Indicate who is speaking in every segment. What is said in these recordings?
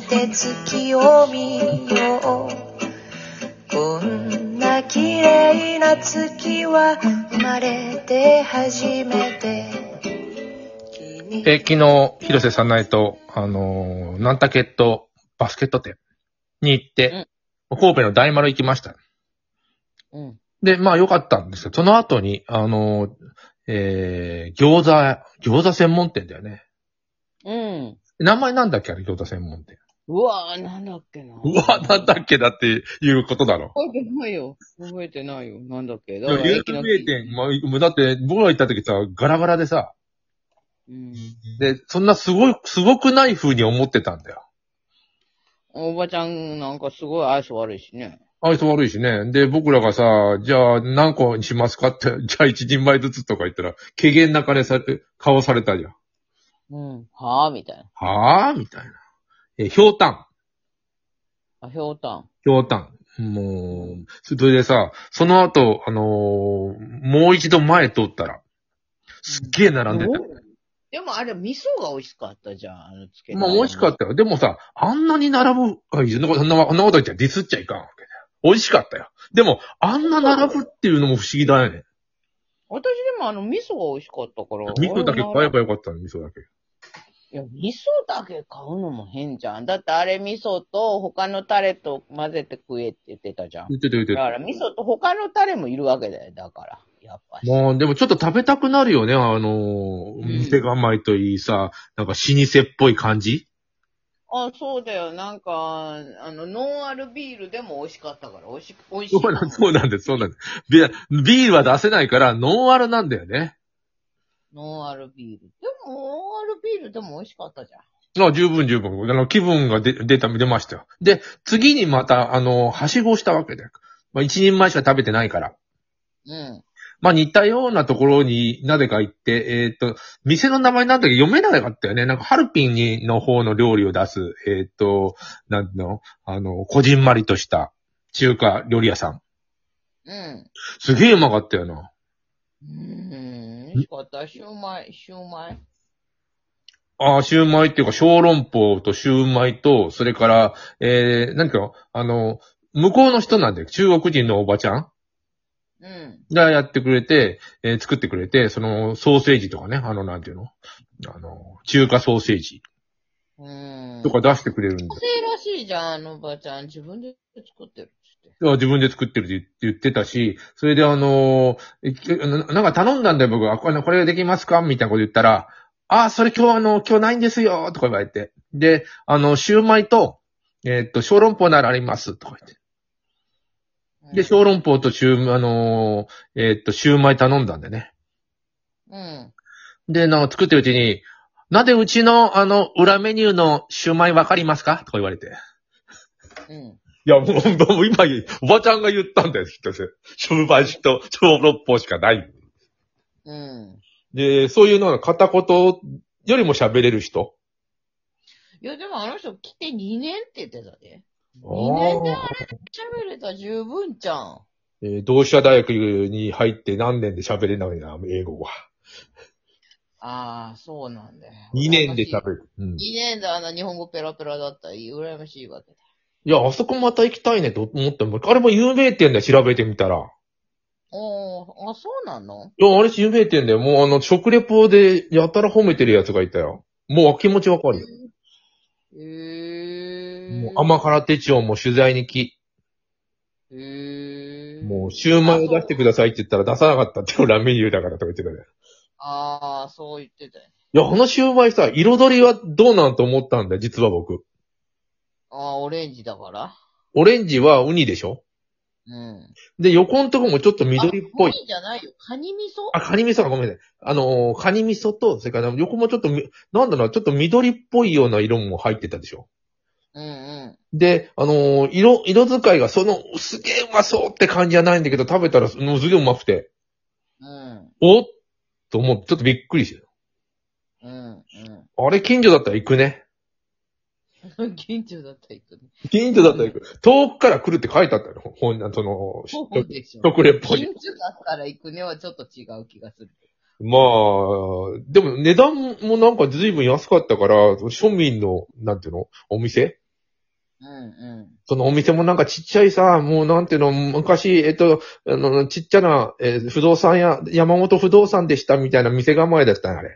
Speaker 1: 月を見ようこんな綺麗な月は生まれて初めて君
Speaker 2: で、昨日、広瀬さないと、あのー、ナンタケットバスケット店に行って、神戸の大丸行きました。
Speaker 3: うん。
Speaker 2: で、まあ良かったんですけど、その後に、あのー、えー、餃子、餃子専門店だよね。
Speaker 3: うん。
Speaker 2: 名前なんだっけあれ、餃子専門店。
Speaker 3: うわぁ、なんだっけな。
Speaker 2: うわ、なんだっけだっていうことだろ。
Speaker 3: 覚えてないよ。覚えてないよ。なんだっけ。だから
Speaker 2: 有
Speaker 3: 駅の
Speaker 2: 名店、まあ、もうだって、僕が行った時さ、ガラガラでさ、
Speaker 3: うん。
Speaker 2: で、そんなすごい、すごくない風に思ってたんだよ。
Speaker 3: おばちゃんなんかすごい愛想悪いしね。
Speaker 2: 愛想悪いしね。で、僕らがさ、じゃあ何個にしますかって、 じゃあ一人前ずつとか言ったら、軽減な金され、顔されたじゃん。
Speaker 3: うん。はぁ、みたいな。
Speaker 2: はぁみたいな。え、ひょうたん。
Speaker 3: あ、ひょうたん。
Speaker 2: ひょうたん。もう、それでさ、その後、あのーもう一度前通ったら、すっげえ並んでた。
Speaker 3: どうでもあれ、味噌が美味しかったじゃん。あのつけ
Speaker 2: まあ美味しか
Speaker 3: った。
Speaker 2: ったよ。でもさ、あんなに並ぶ、あ、いやそんなこと、そんなそんなこと言っちゃディスっちゃいかんわけだよ。美味しかったよ。でも、あんな並ぶっていうのも不思議だよね。
Speaker 3: 私でもあの味噌が美味しかったから。
Speaker 2: 味噌だけ買えば
Speaker 3: い
Speaker 2: よかったの、味噌だけ。
Speaker 3: や、味噌だけ買うのも変じゃん。だってあれ味噌と他のタレと混ぜて食えって言ってたじゃん。
Speaker 2: 言ってた言って
Speaker 3: だ
Speaker 2: た。
Speaker 3: から味噌と他のタレもいるわけだよ。だから。やっぱし。
Speaker 2: まあ、でもちょっと食べたくなるよね、あのー、
Speaker 3: うん
Speaker 2: 店構えといいさ、なんか老舗っぽい感じ。
Speaker 3: あ、そうだよ。なんか、あの、ノンアルビールでも美味しかったから、美味し、美味しい。
Speaker 2: そうなんそうなんです、そうなんです。ビビールは出せないから、ノンアルなんだよね。
Speaker 3: ノンアルビール。でも、ノンアルビールでも美味しかったじゃん。
Speaker 2: あ十分十分。あの、気分が出、出た、出ましたよ。で、次にまた、あの、はしごしたわけだよ。まあ、一人前しか食べてないから。
Speaker 3: うん。
Speaker 2: まあ、似たようなところになぜか行って、えっ、と、店の名前なんだけど読めなかったよね。なんか、ハルピンにの方の料理を出す、えっ、と、なんていうの、あの、こじんまりとした中華料理屋さん。
Speaker 3: うん。
Speaker 2: すげえうまかったよな。
Speaker 3: うん。美味しかった。シューマイ、シューマイ。
Speaker 2: ああ、シューマイっていうか、小籠包とシューマイと、それから、えー、なんか、あの、向こうの人なんだよ。中国人のおばちゃん
Speaker 3: うん。
Speaker 2: がやってくれて、えー作ってくれて、その、ソーセージとかね、あの、なんていうのあの、中華ソーセージ
Speaker 3: うん。
Speaker 2: とか出してくれるんだよ
Speaker 3: 女性らしいじゃん、あのおばちゃん。自分で作ってるっつって。
Speaker 2: いや自分で作ってるって言ってたし、それであのーえきななんか頼んだんだよ、僕。あ、これこれできますかみたいなこと言ったら、あ、それ今日あの、今日ないんですよとか言われて。で、あの、シューマイと、えーっと、小籠包ならありますとか言って。
Speaker 3: うん
Speaker 2: で、小籠包とシュー、あのーえーっと、シューマイ頼んだんでね。
Speaker 3: うん。
Speaker 2: で、なんか作ってるうちに、なんでうちの、あの、裏メニューのシューマイわかりますかとか言われて。
Speaker 3: うん。
Speaker 2: いや、もう、もう今、おばちゃんが言ったんだよ、きっと。シューマイと小籠包しかない。
Speaker 3: うん。
Speaker 2: で、そういうのが片言よりも喋れる人。
Speaker 3: いや、でもあの人来て2年って言ってたで。2年であれ喋れたら十分じゃん。
Speaker 2: えー同志社大学に入って何年で喋れないな、英語は。
Speaker 3: ああ、そうなんだよ。
Speaker 2: 2年で喋る。うん。い
Speaker 3: 2年であんな日本語ペラペラだったら羨ましいわけだ。
Speaker 2: や、あそこまた行きたいねと思っても、あれも有名店だよ、調べてみたら。
Speaker 3: おー、あ、そうなの
Speaker 2: いや、あれ有名店だよ。もうあの、食レポでやたら褒めてるやつがいたよ。もう気持ちわかるよ。
Speaker 3: へー。
Speaker 2: もう甘辛手帳も取材に来。
Speaker 3: へー。
Speaker 2: もう、シューマイを出してくださいって言ったら出さなかったって裏メニューだからとか言ってたね。
Speaker 3: ああ、そう言ってたよ。
Speaker 2: いや、このシューマイさ、彩りはどうなんと思ったんだよ、実は僕。
Speaker 3: ああ、オレンジだから。
Speaker 2: オレンジはウニでしょ
Speaker 3: うん。
Speaker 2: で、横のとこもちょっと緑っぽい。
Speaker 3: あ。ウニじゃないよ。カニ味噌
Speaker 2: あ、カニ味噌がごめんね。あのーカニ味噌と、それから横もちょっとみ、なんだろうな、ちょっと緑っぽいような色も入ってたでしょ
Speaker 3: うんうん。
Speaker 2: で、あのー色、色使いがその、すげえうまそうって感じじゃないんだけど、食べたら、もうすげえうまくて、
Speaker 3: うん。
Speaker 2: おっと思って、ちょっとびっくりして
Speaker 3: うん。
Speaker 2: あれ、近所だったら行くね。
Speaker 3: うん。 近所だったら行くね。
Speaker 2: 近所だったら行く。遠くから来るって書いてあったよ。ほん、その、
Speaker 3: そうでしょ。
Speaker 2: 食レポに
Speaker 3: 近。所だったら行くねはちょっと違う気がする。
Speaker 2: まあ、でも値段もなんか随分安かったから、庶民の、なんていうのお店
Speaker 3: うん
Speaker 2: そのお店もなんかちっちゃいさ、もうなんていうの、昔、えっと、あの、ちっちゃな、えー不動産屋、山本不動産でしたみたいな店構えだったね、あれ。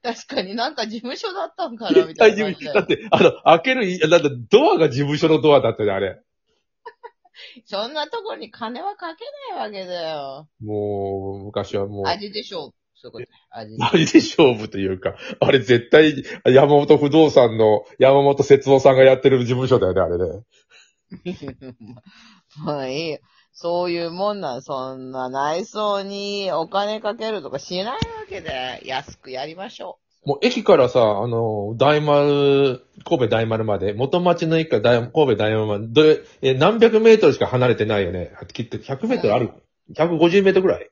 Speaker 3: 確かになんか事務所だったんかな、み
Speaker 2: 絶
Speaker 3: た
Speaker 2: 対
Speaker 3: い
Speaker 2: 事
Speaker 3: な感
Speaker 2: 務
Speaker 3: じ
Speaker 2: 所。
Speaker 3: だ
Speaker 2: だっ
Speaker 3: よ。
Speaker 2: て、あの、開けるい、だってドアが事務所のドアだったね、あれ。
Speaker 3: そんなとこに金はかけないわけだよ。
Speaker 2: もう、昔はもう。
Speaker 3: 味でしょう。そういうことだ。味でしょう。
Speaker 2: 何で勝負というか、あれ絶対、山本不動産の山本節夫さんがやってる事務所だよね、あれね。
Speaker 3: まあいいよ。そういうもんなん、そんな内装にお金かけるとかしないわけで、安くやりましょ
Speaker 2: もう駅からさ、あの、大丸、神戸大丸まで、元町の駅から大神戸大丸までどれ、え何百メートルしか離れてないよね。きっと100メートルある ?150 メートルぐらい。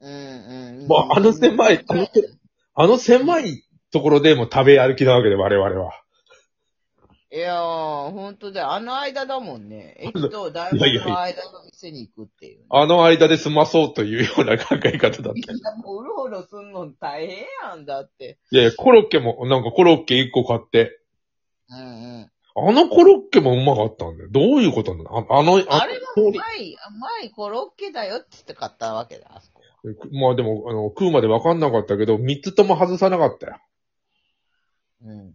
Speaker 3: う。うんうん。
Speaker 2: もうあの狭いあのあの狭いところでも食べ歩きなわけで、我々は。
Speaker 3: いやー、ほんとだよ。あの間だもんね。駅と大
Speaker 2: いやいやい
Speaker 3: 学
Speaker 2: や
Speaker 3: の間の店に行くっていうね、
Speaker 2: あの間で済まそうというような考え方 だった。
Speaker 3: いや、もううろうろすんの大変やんだって。
Speaker 2: いやいや、コロッケも、なんかコロッケ1個買って、
Speaker 3: うんうん。
Speaker 2: あのコロッケもうまかったんだよ。どういうことなのああの、
Speaker 3: あれがうまい、うまいコロッケだよって言って買ったわけだ、あそこ。
Speaker 2: まあでも、あの、食うまでわかんなかったけど、三つとも外さなかったよ。
Speaker 3: うん。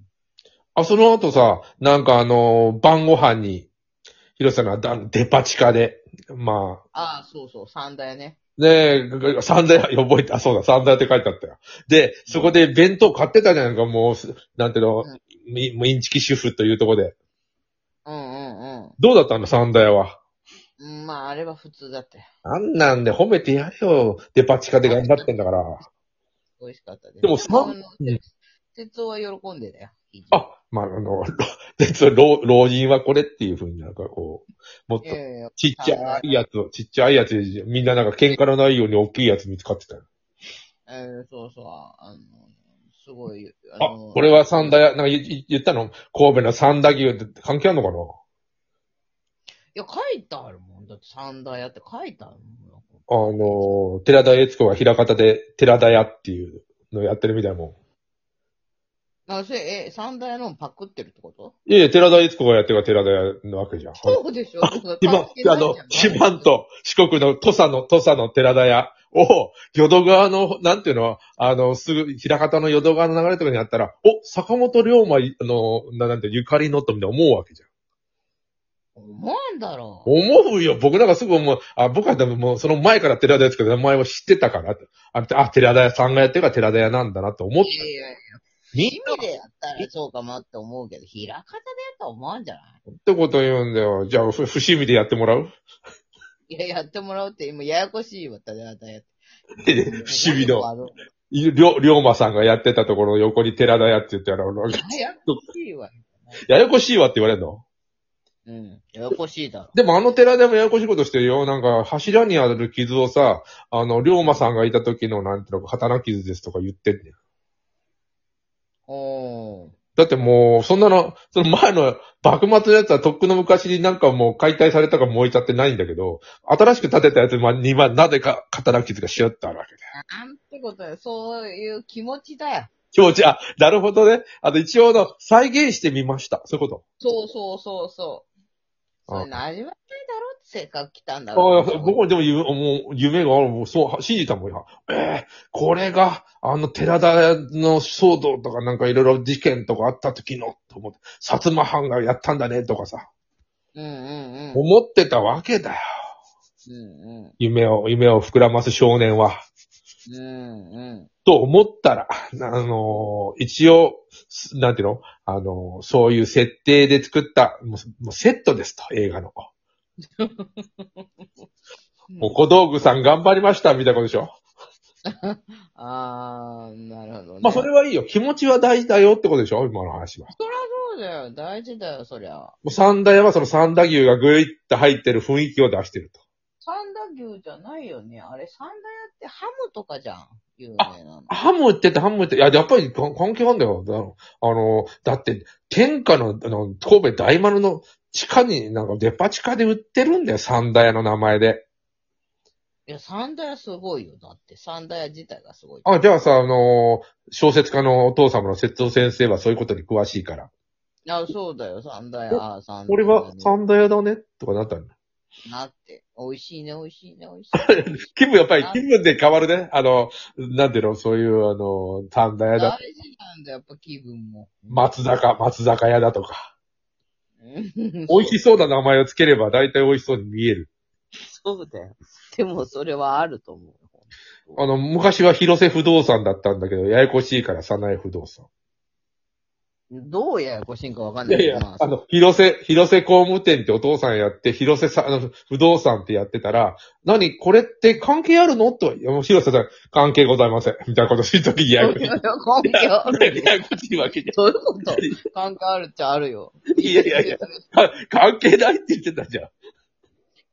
Speaker 2: あ、その後さ、なんかあの、晩ご飯に、広瀬さんがだデパ地下で、まあ、
Speaker 3: ああ、そうそう、三大ね。
Speaker 2: ねえ、三代、覚えて、あ、そうだ、三代って書いてあったよ。で、そこで弁当買ってたじゃないか、もう、すなんていうの
Speaker 3: うん、
Speaker 2: みもうインチキ主婦というところで。
Speaker 3: うんうんうん。
Speaker 2: どうだったの、三代は。
Speaker 3: うん、まあ、あれは普通だって。
Speaker 2: あんなんで褒めてやれよ。デパ地下で頑張ってんだから。
Speaker 3: 美味しかったです。
Speaker 2: でも
Speaker 3: さ
Speaker 2: 三うん
Speaker 3: 鉄夫は喜んでたよ。
Speaker 2: あ、まあ、あの、別に老老人はこれっていうふうになんかこう、もっ
Speaker 3: い
Speaker 2: と
Speaker 3: やいや、
Speaker 2: ちっちゃいやつを、ちっちゃいやつで、みんななんか喧嘩のないように大きいやつ見つかってたよ。
Speaker 3: えーそうそう、あの、すごい、あ
Speaker 2: あ
Speaker 3: の、、
Speaker 2: これは三田屋、なんか言言言ったの神戸の三田牛って関係あるのかない
Speaker 3: や、書いてあるもん。だって三大屋って書いてあるもん。
Speaker 2: あの、寺田悦子が平方で寺田屋っていうのやってるみたいも
Speaker 3: なそれ、え、三大屋のパクってるってこと
Speaker 2: ん。いえいえ、寺田悦子がやってるから寺田屋なわけじゃん。
Speaker 3: そうでしょ
Speaker 2: 今、あの、四万。と四国の土佐の、土佐の寺田屋を、淀川の、なんていうの、あの、すぐ、平方の淀川の流れとかにあったら、お、坂本龍馬、あの、ななんて、ゆかりのとみたいな思うわけじゃん。
Speaker 3: 思わんだろう。
Speaker 2: 思うよ。僕なんかすぐ思う。あ、僕はでももう、その前から寺田屋ですけど、名前を知ってたから。あ、あ寺田屋さんがやってるから寺田屋なんだなと思っ
Speaker 3: いや
Speaker 2: た。
Speaker 3: いやいや、
Speaker 2: みん
Speaker 3: 意
Speaker 2: な
Speaker 3: 味でやったらそうかもって思うけど、平方でやったら思わんじゃない
Speaker 2: ってこと言うんだよ。じゃあ、ふ伏見でやってもらう
Speaker 3: いや、やってもらうって、今ややこしいわ、ただただやって。
Speaker 2: 伏見の、りょ龍馬さんがやってたところの横に寺田屋って言ったら、俺
Speaker 3: ややこしいわ。
Speaker 2: ややこしいわって言われるの
Speaker 3: うん。ややこしいだろ。
Speaker 2: でもあの寺でもややこしいことしてるよ。なんか柱にある傷をさ、あの、龍馬さんがいた時のなんていうのか、刀傷ですとか言ってんねん。
Speaker 3: おー。
Speaker 2: だってもう、そんなの、その前の幕末のやつはとっくの昔になんかもう解体されたか燃えちゃってないんだけど、新しく建てたやつにはなぜか刀傷がしよってあるわけだよ。
Speaker 3: なんてことよ。そういう気持ちだよ。
Speaker 2: 気持ち、あ、なるほどね。あの、一応の再現してみました。そういうこ
Speaker 3: そうそうそうそう。
Speaker 2: あ
Speaker 3: そういうの味わいたいだろってせっかく来たんだ
Speaker 2: と。
Speaker 3: ろ
Speaker 2: あ僕もでも夢、もう夢がある、もうそう、信じたもんや。ええこれが、あの、寺田の騒動とかなんかいろいろ事件とかあった時の、と思って、薩摩藩がやったんだね、とかさ、
Speaker 3: うんうんうん。
Speaker 2: 思ってたわけだよ。
Speaker 3: うんうん。
Speaker 2: 夢を、夢を膨らます少年は。
Speaker 3: うんうん。
Speaker 2: と思ったら、あのー一応、すなんていうのあのーそういう設定で作った、もうもうセットですと、映画の。もう小道具さん頑張りました、みたいなことでしょ
Speaker 3: あー、なるほど、ね。
Speaker 2: まあそれはいいよ。気持ちは大事だよってことでしょ今の話は。
Speaker 3: そうだよ。大事だよ、そりゃ。
Speaker 2: もう三代はその三田牛がぐいっと入ってる雰囲気を出してると。
Speaker 3: 三田牛じゃないよね。あれ、三田屋ってハムとかじゃん。有名なの。
Speaker 2: ハム売っててハム売って、いや、やっぱりか関係あるんだよ。だあのー、だって、天下の、あの、神戸大丸の地下に、なんかデパ地下で売ってるんだよ、三代の名前で。
Speaker 3: いや、三田屋すごいよ。だって、三田屋自体がすごい。
Speaker 2: あ、じゃあさ、あのー小説家のお父様の節夫先生はそういうことに詳しいから。
Speaker 3: あ、そうだよ、三大屋、あ三大屋
Speaker 2: 俺は三大屋だねとかなったんだ。
Speaker 3: なって。美味しいね、美味しいね、美味しい。
Speaker 2: 気分やっぱり気分で変わるね。あの、なんていうの、そういう、あの、三大
Speaker 3: 大
Speaker 2: 屋
Speaker 3: 事
Speaker 2: だ。
Speaker 3: なんだ、やっぱ気分も。
Speaker 2: 松坂、松坂屋だとか。
Speaker 3: う
Speaker 2: 美
Speaker 3: ん
Speaker 2: 味しそうな名前をつければ大体美味しそうに見える。
Speaker 3: そうだよ。でも、それはあると思う。
Speaker 2: あの、昔は広瀬不動産だったんだけど、ややこしいから、早苗不動産。
Speaker 3: どうややこしいんかわかん
Speaker 2: い
Speaker 3: ない
Speaker 2: やい
Speaker 3: けど
Speaker 2: や
Speaker 3: ま、
Speaker 2: あの、広瀬、広瀬工務店ってお父さんやって、広瀬さん、あの、不動産ってやってたら、何これって関係あるのと、いやもう広瀬さん、関係ございません。みたいなことするときにや
Speaker 3: そう
Speaker 2: や
Speaker 3: い
Speaker 2: こ
Speaker 3: う
Speaker 2: しい。
Speaker 3: 関 係あるよ
Speaker 2: ややこしいわけじ
Speaker 3: そういうこと。関係あるっちゃあるよ。
Speaker 2: いやいやいや。ゃん。関係ないって言ってたじゃん。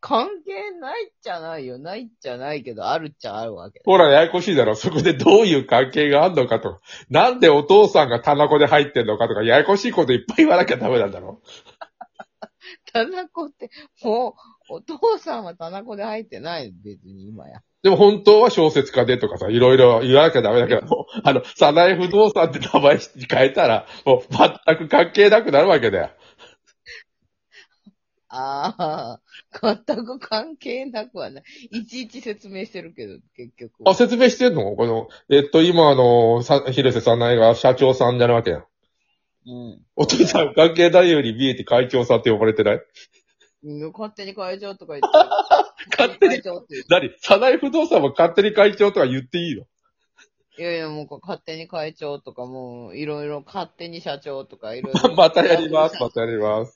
Speaker 3: 関係ないっちゃないよ。ないっちゃないけど、あるっちゃあるわけ。
Speaker 2: ほら、ややこしいだろ。そこでどういう関係があるのかとか。なんでお父さんがタナコで入ってんのかとか、ややこしいこといっぱい言わなきゃダメなんだろ。
Speaker 3: 田中って、もう、お父さんは田中で入ってない、別に今や。
Speaker 2: でも本当は小説家でとかさ、いろいろ言わなきゃダメだけど、もうあの、サナエ不動産って名前に変えたら、もう全く関係なくなるわけだよ。
Speaker 3: ああ、全く関係なくはない。いちいち説明してるけど、結局。
Speaker 2: あ、説明してんのこの、えっと、今あの、さ広瀬サナエが社長さんじゃなわけや。
Speaker 3: うん。
Speaker 2: お父さん関係ないように見えて会長さんって呼ばれてない
Speaker 3: うん勝手に会長とか言って。
Speaker 2: 勝手に
Speaker 3: 会長って言う
Speaker 2: 何サナエ不動産は勝手に会長とか言っていい の
Speaker 3: いやいや、もう勝手に会長とか、もういろいろ勝手に社長とか、いろいろ。
Speaker 2: またやります、またやります。